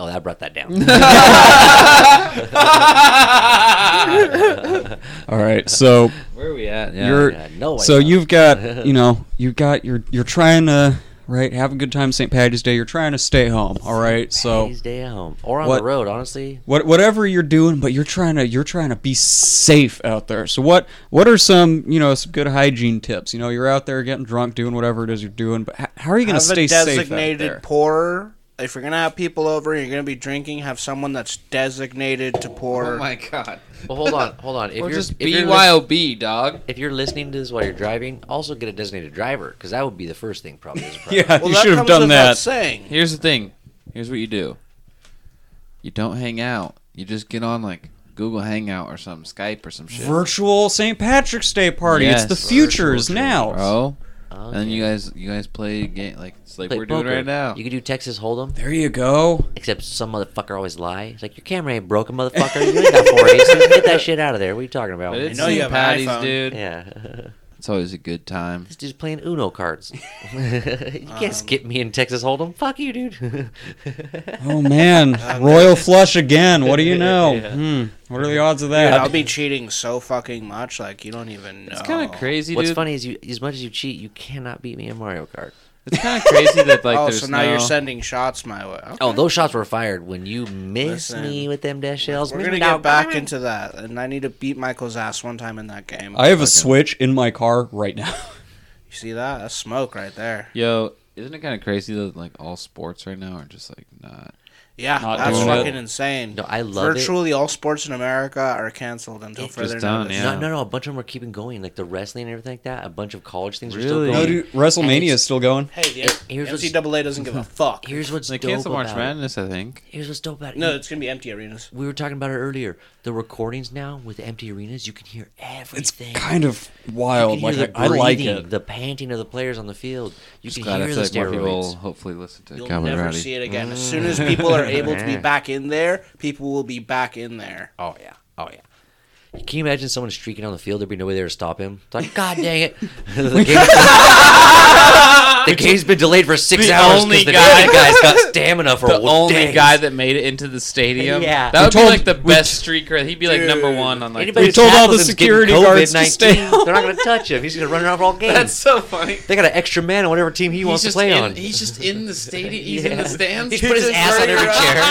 S6: oh, that brought that down.
S7: All right, so
S8: where are we at? Yeah.
S7: you're
S6: yeah, no way,
S7: so
S6: man.
S7: you've got you know you've got you're you're trying to right have a good time St. Patty's Day. You're trying to stay home. All right, so
S6: Please stay at home Oh. or on
S7: What-
S6: the road. Honestly,
S7: what whatever you're doing, but you're trying to you're trying to be safe out there. So what what are some you know some good hygiene tips? You know you're out there getting drunk, doing whatever it is you're doing, but h- how are you going to
S4: have
S7: stay
S4: a designated
S7: safe out there?
S4: pourer. If you're gonna have people over, you're gonna be drinking. Have someone that's designated to pour.
S8: Oh my god.
S6: well, hold on, hold on. If
S8: Or
S6: you're
S8: just
S6: if you're, lis-
S8: BYOB, dog.
S6: if you're listening to this while you're driving, also get a designated driver because that would be the first thing probably. As a problem.
S7: Yeah,
S4: well,
S7: you
S4: that
S7: should have
S4: comes
S7: done
S4: with
S7: that.
S4: saying.
S8: Here's the thing. Here's what you do. You don't hang out. You just get on like Google Hangout or some Skype or some shit.
S7: virtual St. Patrick's Day party.
S8: Yes,
S7: it's the
S8: virtual
S7: future is now.
S8: Bro.
S6: Oh,
S8: And then
S6: yeah.
S8: you guys you guys play a game like it's like
S6: Play
S8: we're doing
S6: poker.
S8: right now.
S6: You can do Texas Hold'em.
S7: There you go.
S6: Except some motherfucker always lie. It's like your camera ain't broken, motherfucker. You ain't got four days. Get that shit out of there. What are you talking about?
S8: But it's
S4: know you have
S8: St.
S4: an
S8: Patty's,
S4: iPhone.
S8: dude.
S6: yeah.
S8: It's always a good time.
S6: This dude's playing Uno cards. you can't skip me in Texas Hold'em. Fuck you, dude.
S7: Oh man, royal flush again. What do you know? Hmm. What are the odds of
S4: Dude, I'll
S7: that?
S4: be cheating so fucking much, like you don't even know.
S8: It's kind of crazy,
S6: What's
S8: dude.
S6: funny is you, as much as you cheat, you cannot beat me in Mario Kart.
S8: It's kind of crazy that like
S4: oh,
S8: there's
S4: so now
S8: no...
S4: you're sending shots my way. Okay.
S6: Oh, those shots were fired when you miss
S4: Listen,
S6: me with them dash shells.
S4: We're
S6: miss
S4: gonna
S6: me
S4: get
S6: now.
S4: back into that, and I need to beat Michael's ass one time in that game.
S7: I have a switch in my car right now.
S4: you see that? That's smoke right there.
S8: Yo, isn't it kind of crazy that like all sports right now are just like not
S4: Yeah,
S5: Not
S4: that's
S5: doing
S4: fucking
S5: it.
S4: insane.
S6: No, I love it.
S4: Virtually all sports in America are canceled until
S6: It's
S4: further
S8: just done,
S4: notice.
S8: yeah.
S6: No, no, no. A bunch of them are keeping going, like the wrestling and everything like that. A bunch of college things are
S8: Really?
S6: still
S7: No,
S6: going.
S7: dude, WrestleMania is still going.
S4: Hey, the
S6: Here's what's-
S4: NCAA doesn't give a fuck.
S6: Here's what's
S8: They
S6: dope
S8: canceled March
S6: about it.
S8: Madness, I think.
S6: Here's what's dope about it.
S4: No, it's gonna be empty arenas.
S6: we were talking about it earlier. The recordings now with the empty arenas, you can hear
S7: It's
S6: everything.
S7: kind of
S6: You can
S7: wild.
S6: hear
S7: Like
S6: the
S7: I I like it.
S6: breathing, The panting of the players on the field. You can
S8: God, I
S6: hear
S8: feel
S6: the
S8: like more people
S6: steroids.
S8: hopefully listen to
S4: You'll
S8: Cowboy
S4: never
S8: Rowdy.
S4: see it again. As soon as people are able to be back in there, people will be back in there.
S6: Oh yeah. Oh yeah. Can you imagine someone streaking on the field? There'd be nobody there to stop him. It's like, God dang it! the, game, the game's been delayed for six
S8: The
S6: hours
S8: only
S6: because the
S8: guy-
S6: guy, guys got stamina for
S8: the
S6: a
S8: only
S6: day.
S8: guy that made it into the stadium.
S6: Yeah.
S8: that
S6: We
S8: would
S7: told-
S8: be like the
S7: we-
S8: best streaker. He'd be like number one on like.
S6: Anybody
S7: We
S6: who
S7: told all the
S6: tackles him's getting
S7: security guards to stay
S6: COVID-19. They're not going to touch him. He's going to run around all game.
S8: That's so funny.
S6: They got an extra man on whatever team he wants to
S8: just
S6: play
S8: in,
S6: on.
S8: He's just in the stadium. He's in
S6: Yeah.
S8: the stands.
S6: He's put his ass on every chair.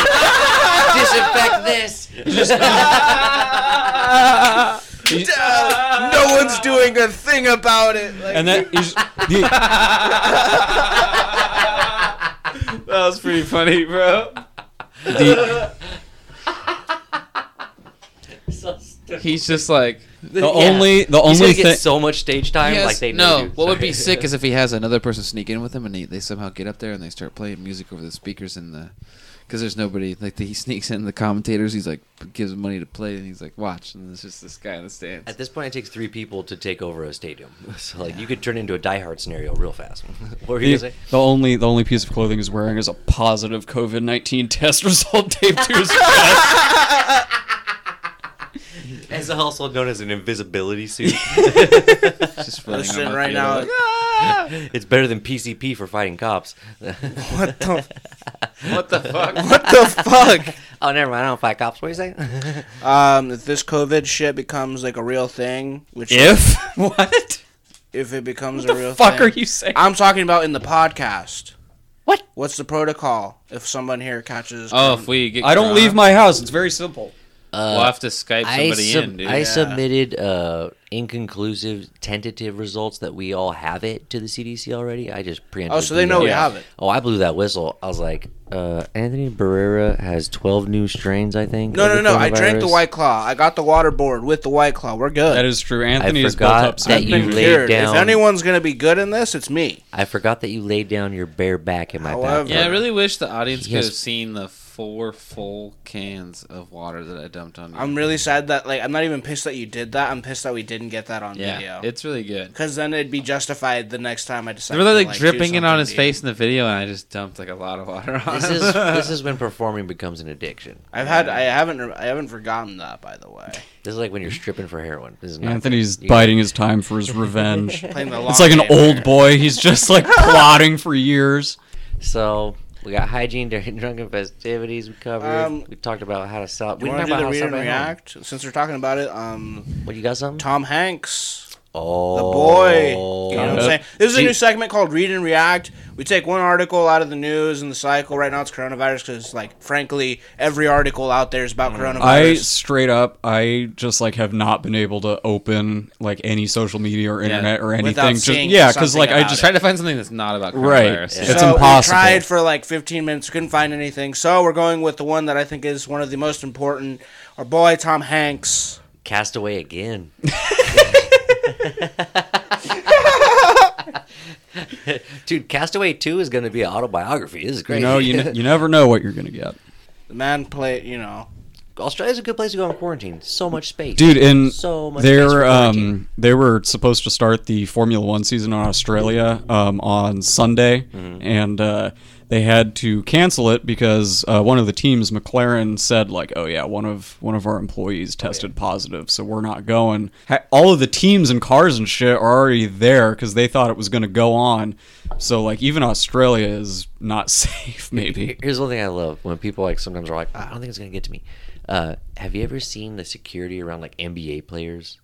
S6: Disinfect this.
S4: no one's doing a thing about it. Like,
S7: And then he's, the,
S8: That was pretty funny, bro.
S7: the,
S6: so stupid.
S8: He's just like.
S7: the only the
S6: He's
S7: only
S6: gonna get
S7: thing
S6: so much stage time,
S8: Yes,
S6: like they
S8: no.
S6: do.
S8: What would be sick is if he has another person sneak in with him, and he, they somehow get up there and they start playing music over the speakers in the, because there's nobody. Like he sneaks in the commentators. He's like gives him money to play, and he's like watch, and it's just this guy in the stands.
S6: At this point, it takes three people to take over a stadium. So like you could turn into a diehard scenario real fast. what were you
S7: the,
S6: gonna say?
S7: the only the only piece of clothing he's wearing is a positive COVID nineteen test result taped to his chest.
S6: It's also known as an invisibility suit.
S8: It's just floating on
S4: Listen,
S8: my
S4: right
S8: field.
S4: now,
S6: it's better than PCP for fighting cops.
S4: what the
S8: What the fuck?
S4: what the fuck?
S6: oh, never mind. I don't fight cops. What are you saying?
S4: Um, if this COVID shit becomes like a real thing, which
S7: If what?
S4: if it becomes a
S7: The
S4: real
S7: fuck
S4: thing,
S7: are you saying?
S4: I'm talking about in the podcast. What? What's the protocol if someone here catches?
S8: Oh, if we get
S7: I don't leave my house. It's very simple.
S8: we'll have to Skype
S6: I,
S8: somebody
S6: sub-
S8: in, dude.
S6: I submitted uh, inconclusive, tentative results that we all have it to the CDC already. I just pre.
S4: Oh, so they know we have it.
S6: Oh, I blew that whistle. I was like, uh, Anthony Barrera has 12 new strains, I think.
S4: No,
S6: of
S4: no,
S6: the
S4: no! I drank the
S6: coronavirus.
S4: white claw. I got the water board with the white claw. We're good.
S7: That is true.
S6: I
S7: Anthony is built
S6: forgot
S7: up.
S6: that
S7: some
S6: you
S4: Been
S7: immunity.
S6: laid
S4: cured.
S6: down-
S4: If anyone's gonna be good in this, it's me.
S6: I forgot that you laid down your bare back in my
S4: However-
S6: back.
S8: Yeah, I really wish the audience
S6: He
S8: could
S6: has-
S8: have seen the four full cans of water that I dumped on you.
S4: I'm really sad that like I'm not even pissed that you did that. I'm pissed that we didn't get that on
S8: yeah,
S4: video.
S8: it's really good.
S4: Because then it'd be justified the next time I decide.
S8: They were like,
S4: to, do
S8: dripping it on his
S4: something to you.
S8: face in the video, and I just dumped like a lot of water on
S6: This
S8: him.
S6: is this is when performing becomes an addiction.
S4: I've had I haven't re- I haven't forgotten that by the way.
S6: This is like when you're stripping for heroin. This is not
S7: Anthony's
S6: good. You-
S7: biding his time for his revenge.
S4: Playing the
S7: It's
S4: long
S7: like an
S4: game
S7: old
S4: there.
S7: boy. He's just like plotting for years.
S6: So we got hygiene during drunken festivities. We covered.
S4: Um,
S6: we talk about how to sell.
S4: You
S6: We talked
S4: want to
S6: about
S4: do
S6: how
S4: the
S6: to
S4: read
S6: sell
S4: and
S6: at home.
S4: react? Since we're talking about it, um,
S6: What you got? Something?
S4: Tom Hanks,
S6: oh,
S4: the boy. You know what I'm saying? This is a new segment called Read and React. We take one article out of the news and the cycle. Right now, it's coronavirus because, like, frankly, every article out there is about coronavirus.
S7: I straight up, I just like have not been able to open like any social media or internet or anything.
S4: Without
S7: Just,
S4: seeing
S7: yeah, because
S4: something
S7: like I
S4: about it.
S7: just
S8: Try to find something that's not about
S7: Right.
S8: coronavirus.
S7: Yeah.
S8: Yeah.
S7: It's
S4: so
S7: impossible.
S4: We tried for like 15 minutes, couldn't find anything. So we're going with the one that I think is one of the most important. Our boy Tom Hanks.
S6: Cast away again. Dude, Castaway Two is going to be an autobiography. This is
S7: you
S6: great.
S7: know you, ne- you never know what you're gonna get,
S4: The man played, you know.
S6: Australia's a good place to go in quarantine. So much space,
S7: dude. And
S6: so much. space for
S7: they're
S6: quarantine.
S7: um they were supposed to start the Formula One season in Australia um on Sunday,
S6: Mm-hmm.
S7: and uh, they had to cancel it because uh, one of the teams, McLaren, said like, oh yeah, one of one of our employees
S6: Oh,
S7: tested positive, so we're not going. Ha- all of the teams and cars and shit are already there because they thought it was gonna go on. So like even Australia is not safe. Maybe
S6: Here's one thing I love when people like sometimes are like, "Ah, I don't think it's gonna get to me. Uh, have you ever seen the security around like NBA players?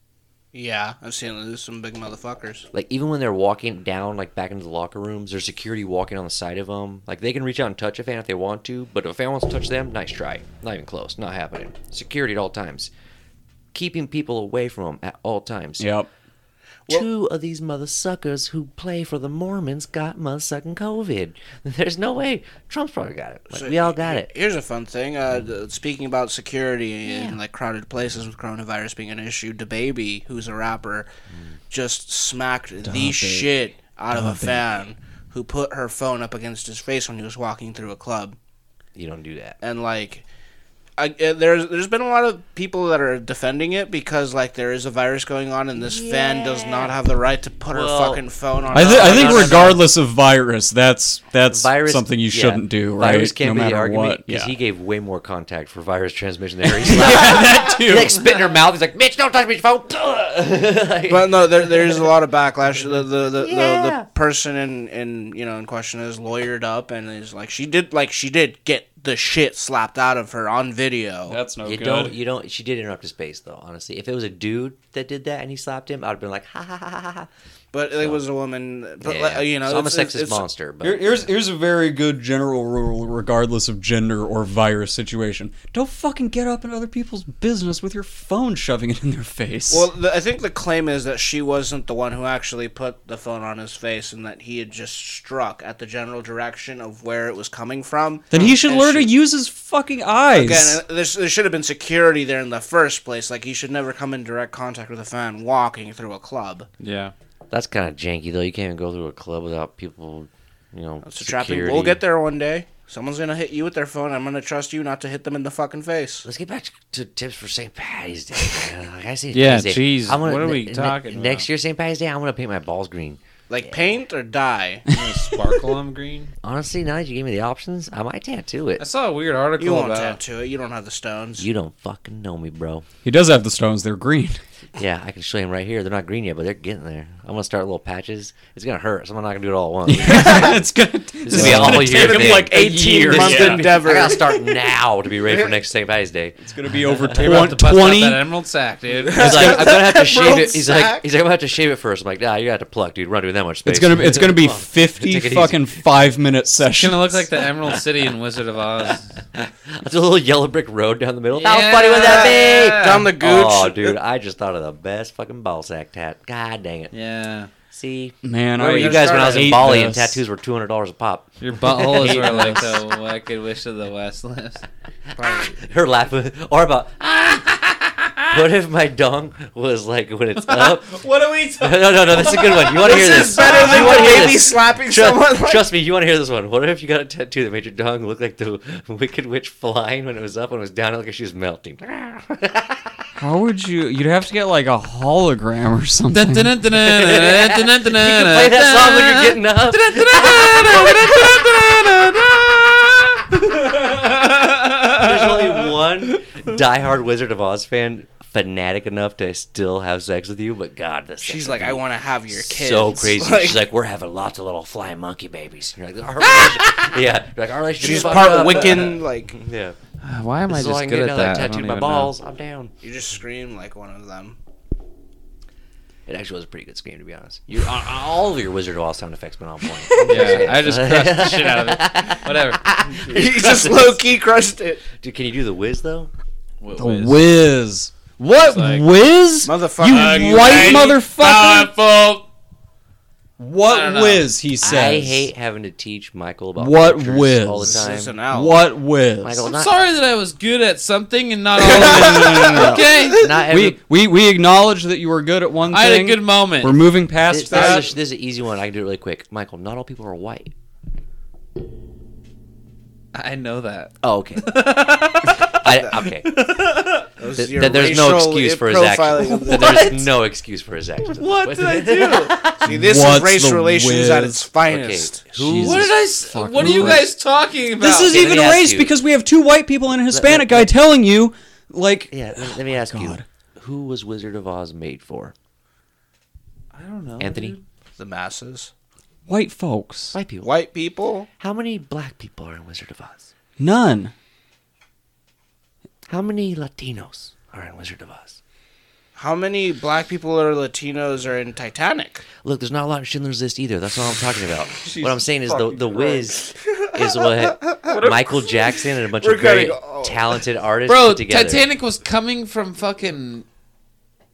S4: Yeah, I've seen him lose some big motherfuckers.
S6: Like even when they're walking down like back into the locker rooms, there's security walking on the side of them. Like they can reach out and touch a fan if they want to, but if a fan wants to touch them, nice try. Not even close. Not happening. Security at all times, keeping people away from them at all times.
S7: Yep.
S4: Well-
S6: Two of these mother suckers who play for the Mormons got mother sucking COVID. There's no way. Trump's probably got it. Like,
S4: So
S6: we all got
S4: he-
S6: it.
S4: Here's a fun thing. Uh, the- speaking about security and
S6: Yeah.
S4: like crowded places with coronavirus being an issue, the baby, who's a rapper, just smacked the shit out of a fan who put her phone up against his face when he was walking through a club.
S6: You don't do that.
S4: And like, I, uh, there's there's been a lot of people that are defending it because like there is a virus going on and this fan does not have the right to put
S6: Well,
S4: her fucking phone on.
S7: I,
S4: her
S7: th- I think
S6: no, no, no.
S7: regardless of virus, that's that's
S6: Virus
S7: something you
S6: yeah.
S7: shouldn't do, right?
S6: Virus can't
S7: no
S6: be
S7: matter
S6: the argument
S7: what. Yeah.
S6: because he gave way more contact for virus transmission there. He's like, that too. like spit in her mouth. He's like, "Bitch, don't touch me, phone." Like-
S4: But no, there, there is a lot of backlash. The the, the, the, the person in, in you know in question is lawyered up and is like she did like she did get the shit slapped out of her on video.
S7: that's no
S6: you don't. You don't. She did interrupt his space, though. Honestly, if it was a dude that did that and he slapped him, I'd have been like, "Ha ha ha ha ha, ha."
S4: but it was a woman. But
S6: Yeah,
S4: like, uh,
S6: yeah.
S4: you know,
S6: so I'm a
S4: it's-
S6: sexist
S4: it's-
S6: monster. But
S7: Here- here's here's a very good general rule, regardless of gender or virus situation. Don't fucking get up in other people's business with your phone shoving it in their face.
S4: Well, the, I think the claim is that she wasn't the one who actually put the phone on his face, and that he had just struck at the general direction of where it was coming from.
S7: then he should
S4: And
S7: learn
S4: she-
S7: to use his fucking eyes.
S4: Again, uh, there, there should have been security there in the first place. Like, he should never come in direct contact with a fan walking through a club.
S8: Yeah.
S6: that's kind of janky, though. You can't even go through a club without people, you know.
S4: That's a trapping. We'll get there one day. Someone's gonna hit you with their phone. I'm gonna trust you not to hit them in the fucking face.
S6: Let's get back to tips for St. Patty's Day. man. Like I say,
S8: Yeah,
S6: Tuesday.
S8: jeez,
S6: I'm gonna-
S8: what are
S6: ne-
S8: we
S6: ne-
S8: talking
S6: Next
S8: about?
S6: year, St. Patty's Day, I'm gonna paint my balls green.
S4: Like paint or die.
S8: Sparkle on green.
S6: Honestly, now that you gave me the options, I might tattoo
S8: I
S6: it.
S8: saw a weird article
S4: You won't
S8: about
S4: tattoo it. You don't have the stones.
S6: You don't fucking know me, bro.
S7: he does have the stones; they're green.
S6: Yeah, I can show him right here. They're not green yet, but they're getting there. I'm gonna start little patches. It's gonna hurt, so I'm not gonna do it all at once.
S7: it's gonna, this
S6: is
S7: is
S6: gonna be
S7: gonna
S6: all year
S7: take him
S6: thing.
S7: like
S6: A
S7: 18
S6: year.
S7: months.
S4: Month
S6: Yeah.
S4: endeavor.
S6: I gotta start now to be ready for next St. Patty's Day.
S7: It's gonna be over
S8: You're about to
S7: twen-
S8: bust out
S7: twenty.
S8: that emerald sack, dude.
S6: He's like, I'm gonna have to shave it.
S4: Emerald
S6: He's like,
S4: sack.
S6: he's like, I'm gonna have to shave it first. I'm like, nah, you have to pluck, dude. We're not doing that much space.
S7: It's gonna it's gonna be fifty
S6: Take it easy.
S7: fucking five minute
S8: It's
S7: sessions.
S8: gonna look like the Emerald City in Wizard of Oz.
S6: It's a little yellow brick road down the middle.
S8: Yeah.
S6: How funny would that be?
S8: Yeah.
S4: Down the gooch.
S6: Oh, dude, I just thought of the best fucking ball sack tat. God dang it.
S8: Yeah,
S6: See,
S7: man.
S6: where
S7: I
S6: were you guys when I was in
S7: hate
S6: Bali and
S7: this.
S6: tattoos were two hundred dollars a pop?
S8: your butthole is where like the Wicked Wish of the West lives.
S6: Her laughing, or about. what if my dong was like when it's up?
S8: What are we?
S6: no, no, no. That's a good one. You want to hear this?
S4: It's better than
S6: you wanna
S4: the
S6: hear
S4: baby
S6: this.
S4: slapping
S6: Trust,
S4: someone. Like,
S6: trust me, you want to hear this one. What if you got a tattoo that made your dong look like the Wicked Witch flying when it was up, when it was down, it looked like she was melting?
S7: How would you? You'd have to get like a hologram or something.
S6: You can play that song when you're getting up. There's only one diehard Wizard of Oz fan fanatic enough to still have sex with you, but God, this
S4: she's like, I want to have your kids.
S6: so crazy.
S4: Like,
S6: she's like, we're having lots of little flying monkey babies. And you're like, our relationship, yeah, you're like our relationship.
S4: she's
S6: is fucked
S4: part
S6: up.
S4: Wiccan. Like
S6: Yeah,
S8: Why am I
S6: so I
S8: just
S6: can get
S8: good at
S6: another
S8: that? I
S6: tattoo
S8: don't
S6: of my
S8: even
S6: balls. I'm down.
S4: you just scream like one of them.
S6: It actually was a pretty good scream, to be honest. You, all- all of your Wizard of Oz sound effects been on point.
S8: know. Yeah, I just crushed the shit out of it. Whatever.
S4: He just low key crushed it.
S6: Dude, can you do the whiz though?
S8: What
S7: The whiz. What
S8: It's like-
S7: whiz?
S4: Motherfucker.
S7: You white motherfucker!
S8: Powerful. I
S7: What
S8: don't
S7: whiz? He says.
S6: I hate having to teach Michael about
S7: What
S6: pictures
S7: whiz?
S6: all the
S7: This
S4: This is
S6: time.
S4: an owl.
S7: What whiz?
S6: Michael,
S8: I'm
S6: not,
S8: sorry that I was good at something and not all of it. Okay,
S6: not every,
S7: We, we we acknowledge that you were good at one
S8: I had a
S7: thing.
S8: good moment.
S7: We're moving past
S6: this,
S7: that.
S6: this is, this is an easy one. I can do it really quick. Michael, not all people are white.
S8: I know that.
S6: Oh, okay. I, okay.
S4: Those
S6: Th-
S4: your
S6: th- there's no
S4: racial
S6: excuse for his
S4: profiling
S6: actions.
S4: of the-
S6: There's no excuse for his actions.
S8: What did I do?
S4: See, this
S7: What's
S4: is race
S7: the
S4: relations
S7: whiz?
S4: at its
S6: Okay.
S4: finest.
S6: Who?
S8: What did I? s- What are you guys talking about?
S7: This is
S6: Okay, let
S7: even
S6: me ask
S7: race
S6: you.
S7: because we have two white people and a Hispanic guy telling you, like,
S6: Yeah.
S4: Oh
S6: Let, let me ask you.
S7: God.
S6: Who was Wizard of Oz made for?
S8: I don't know.
S6: Anthony?
S8: dude.
S4: The masses.
S7: white folks.
S6: White people.
S4: White people.
S6: How many black people are in Wizard of Oz?
S7: None.
S6: How many Latinos are in Wizard of Oz?
S4: How many black people or Latinos are in Titanic?
S6: Look, there's not a lot in Schindler's List either. That's all I'm talking about. what I'm saying is the the Wiz is what, Michael Jackson and a bunch of very
S4: oh.
S6: talented artists
S8: Bro,
S6: put together.
S8: Titanic was coming from fucking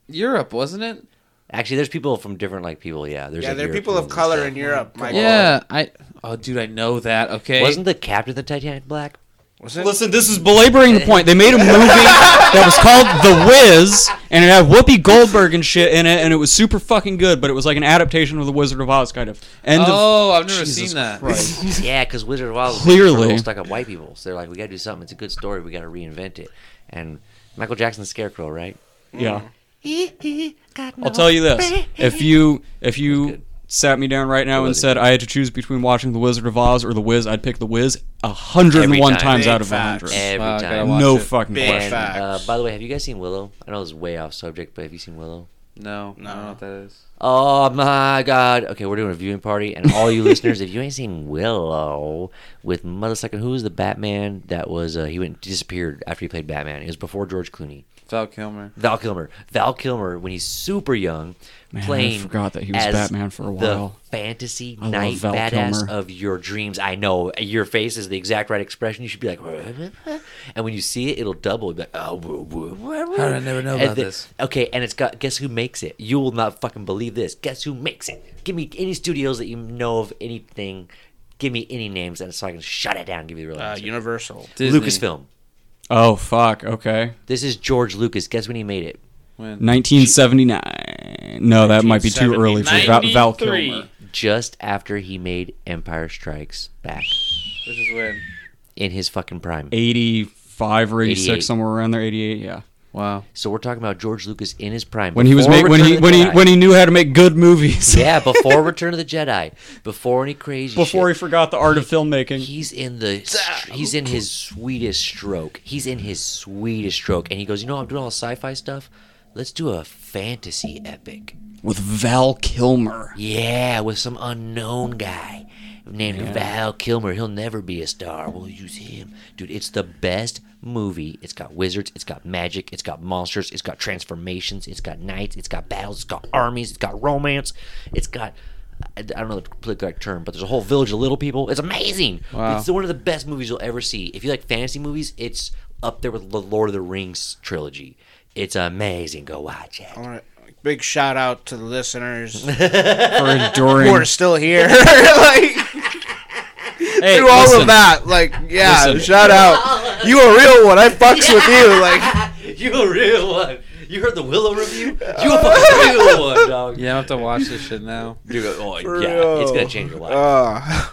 S8: Europe, wasn't it?
S6: Actually, there's people from different like people. Yeah, there's
S4: yeah,
S6: like,
S4: there are people of
S6: Europeans and
S4: color
S6: stuff.
S4: in Europe. Uh, Michael.
S8: Yeah, I. Oh, dude, I know that. Okay.
S6: Wasn't the captain of the Titanic black?
S4: Was it?
S7: Listen, this is belaboring the point. They made a movie that was called The Wiz, and it had Whoopi Goldberg and shit in it, and it was super fucking good. But it was like an adaptation of The Wizard of Oz, kind of. End
S8: oh,
S7: of,
S8: I've never
S7: Jesus
S8: seen that.
S7: Christ.
S6: yeah, because Wizard of Oz was
S7: Clearly.
S6: clearly stuck up white people. So they're like, we got to do something. It's a good story. We got to reinvent it. And Michael Jackson's Scarecrow, right?
S7: yeah. I'll tell you this: if you if you sat me down right now and
S6: was
S7: said I had to choose between watching The Wizard of Oz or The Wiz, I'd pick The Wiz a hundred and
S6: Every
S7: one
S6: time.
S7: times out
S4: Big
S7: of a
S4: facts.
S7: hundred.
S6: Every
S8: Wow, I gotta
S6: time.
S8: watch
S7: No
S8: it.
S7: fucking
S4: Big
S6: And
S7: question.
S6: uh,
S4: facts.
S6: by the way, have you guys seen Willow? I know it's way off subject, but have you seen Willow?
S8: No, I don't know what that is.
S6: Oh my god. Okay, we're doing a viewing party, and all you listeners, if you ain't seen Willow with Mothersucker, who was the Batman that was uh, he went disappeared after he played Batman? It was before George Clooney.
S8: Val Kilmer.
S6: Val Kilmer. Val Kilmer when he's super young,
S7: Man, I
S6: playing.
S7: forgot that he was
S6: as
S7: Batman for a while.
S6: The fantasy
S7: I love
S6: night
S7: Val
S6: badass
S7: Kilmer.
S6: of your dreams. I know your face is the exact right expression. You should be like, and when you see it, it'll double. You'll be like, oh, woo, woo, woo, woo."
S8: How did I never know
S6: And
S8: about
S6: the-
S8: this?
S6: Okay, and it's got. Guess who makes it? You will not fucking believe this. Guess who makes it? Give me any studios that you know of anything. Give me any names, and so I can shut it down. and Give you the real
S4: Uh,
S6: answer.
S4: Universal.
S8: Disney.
S6: Lucasfilm.
S7: Oh fuck. Okay.
S6: This is George Lucas. Guess when he made it?
S8: When?
S7: 1979. No, that might be too early for Val, Val Kilmer.
S6: Just after he made Empire Strikes Back
S8: Which is when?
S6: in his fucking prime.
S7: 85 or 86,
S6: 88.
S7: somewhere around there. 88. Yeah.
S8: Wow.
S6: So we're talking about George Lucas in his prime.
S7: When he was
S6: before
S7: make, when
S6: Return
S7: he
S6: of the
S7: when he
S6: Jedi.
S7: when he knew how to make good movies.
S6: yeah, before Return of the Jedi, before any crazy
S7: Before he
S6: shit.
S7: forgot the art of filmmaking.
S6: He's in the he's in his sweetest stroke. He's in his sweetest stroke, and he goes, "You know, I'm doing all sci-fi stuff. Let's do a fantasy epic.
S7: With Val Kilmer.
S6: Yeah, with some unknown guy named Val Kilmer. He'll never be a star. We'll use him. Dude, it's the best movie. It's got wizards, it's got magic, it's got monsters, it's got transformations, it's got knights, it's got battles, it's got armies, it's got romance, it's got. I I don't know the politically correct term, but there's a whole village of little people. It's amazing.
S8: Wow.
S6: It's one of the best movies you'll ever see. If you like fantasy movies, it's up there with the Lord of the Rings trilogy. It's amazing. Go watch it.
S4: All right. Big shout out to the listeners
S7: For
S4: who are
S7: enduring.
S4: still here. like
S7: Hey,
S4: through all
S7: listen,
S4: of that, like yeah,
S7: Listen.
S4: shout out. You a real one. I fucks with you. Like
S6: You a real one. You heard the Willow review? You a fucking real one, dog.
S8: Yeah, I have to watch this shit now.
S6: Dude, oh, yeah,
S4: real.
S6: it's gonna change your life.
S4: uh,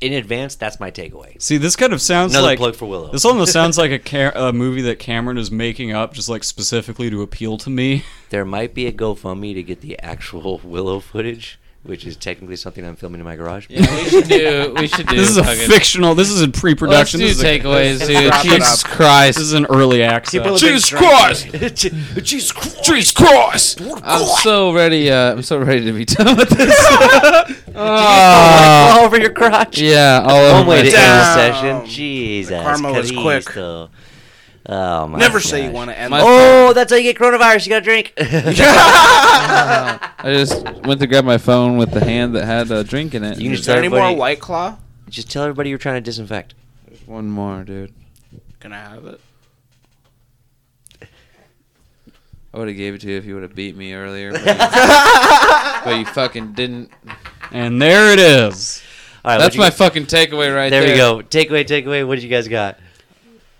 S6: In advance, that's my takeaway.
S7: See, this kind of sounds
S6: Another
S7: like
S6: plug for Willow.
S7: this almost sounds like a, ca- a movie that Cameron is making up, just like specifically to appeal to me.
S6: There might be a GoFundMe to get the actual Willow footage, which is technically something I'm filming in my garage.
S8: Yeah, we should do. We should do.
S7: This is a
S8: fucking-
S7: fictional. This is in
S8: Let's
S7: pre-production.
S8: do
S7: this, is a,
S8: takeaways, dude.
S4: Wrap it
S8: Jesus Christ.
S7: this is an early access.
S6: Jesus Christ! Jesus Christ! Jesus Christ!
S8: I'm so ready. Uh, I'm so ready to be done with this. Oh,
S6: all over your crotch.
S8: yeah, all over
S6: One way to
S8: my
S6: end the
S8: face.
S4: Uh, Damn.
S6: session. Jesus.
S4: karma was quick.
S6: Christo. Oh my
S4: never say you
S6: gosh.
S4: want to end.
S8: My-
S6: Oh, that's how you get coronavirus. You gotta drink.
S8: I just went to grab my phone with the hand that had a drink in it.
S6: You
S4: Is
S6: just
S4: there any more
S6: everybody-
S4: White Claw?
S6: Just tell everybody you're trying to disinfect.
S8: One more, dude.
S4: Can I have it?
S8: I would have gave it to you if you would have beat me earlier, but you, but you fucking didn't.
S7: And there it is.
S6: All right,
S8: That's
S6: what'd you
S8: my
S6: get-
S8: fucking takeaway right
S6: there,
S8: there.
S6: we go. Takeaway, takeaway. What did you guys got?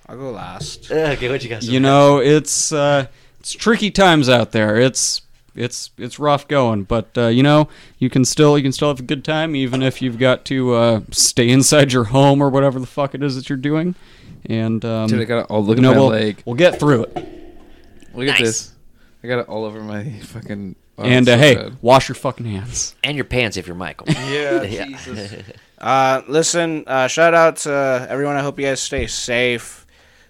S4: I'll go last.
S6: Uh, Okay, what you guys?
S7: you know it's uh, it's tricky times out there it's it's it's rough going but uh, you know you can still you can still have a good time even if you've got to uh, stay inside your home or whatever the fuck it is that you're doing and um,
S8: Dude, I got it all. Look
S7: you
S8: at
S7: know
S8: my
S7: we'll,
S8: leg.
S7: we'll get through it
S8: Look at this. I got it all over my fucking. oh,
S7: and
S8: it's
S7: uh,
S8: so
S7: hey
S8: bad.
S7: wash your fucking hands
S6: and your pants if you're Michael.
S4: Yeah.
S6: Yeah.
S4: Uh, listen, uh, shout out to everyone. I hope you guys stay safe.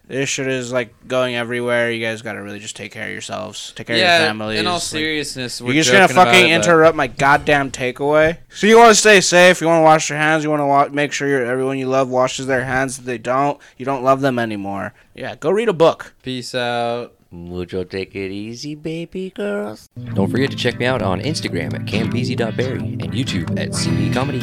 S4: This shit is like going everywhere. You guys gotta really just take care of yourselves. Take care of your
S8: Yeah,
S4: families.
S8: in all
S4: Like,
S8: seriousness, we're
S4: you're just gonna
S8: joking about
S4: fucking
S8: it, but-
S4: interrupt my goddamn takeaway. So you want to stay safe. You want to wash your hands. You want to wa- make sure your everyone you love washes their hands. If they don't, you don't love them anymore. Yeah, go read a book.
S8: Peace out.
S6: Mucho take it easy, baby girls. Don't forget to check me out on Instagram at campeasy.berry and YouTube at CB E Comedy.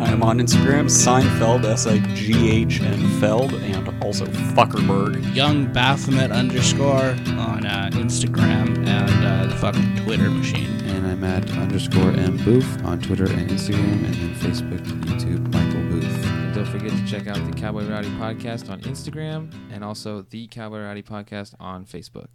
S7: I am on Instagram, Seinfeld, S I G H N Feld, and also Fuckerberg.
S4: Young Baphomet underscore on uh, Instagram and uh, the fucking Twitter machine.
S9: And I'm at underscore M Booth on Twitter and Instagram, and then Facebook, YouTube, Michael Booth.
S8: And don't forget to check out the Cowboy Rowdy Podcast on Instagram and also the Cowboy Rowdy Podcast on Facebook.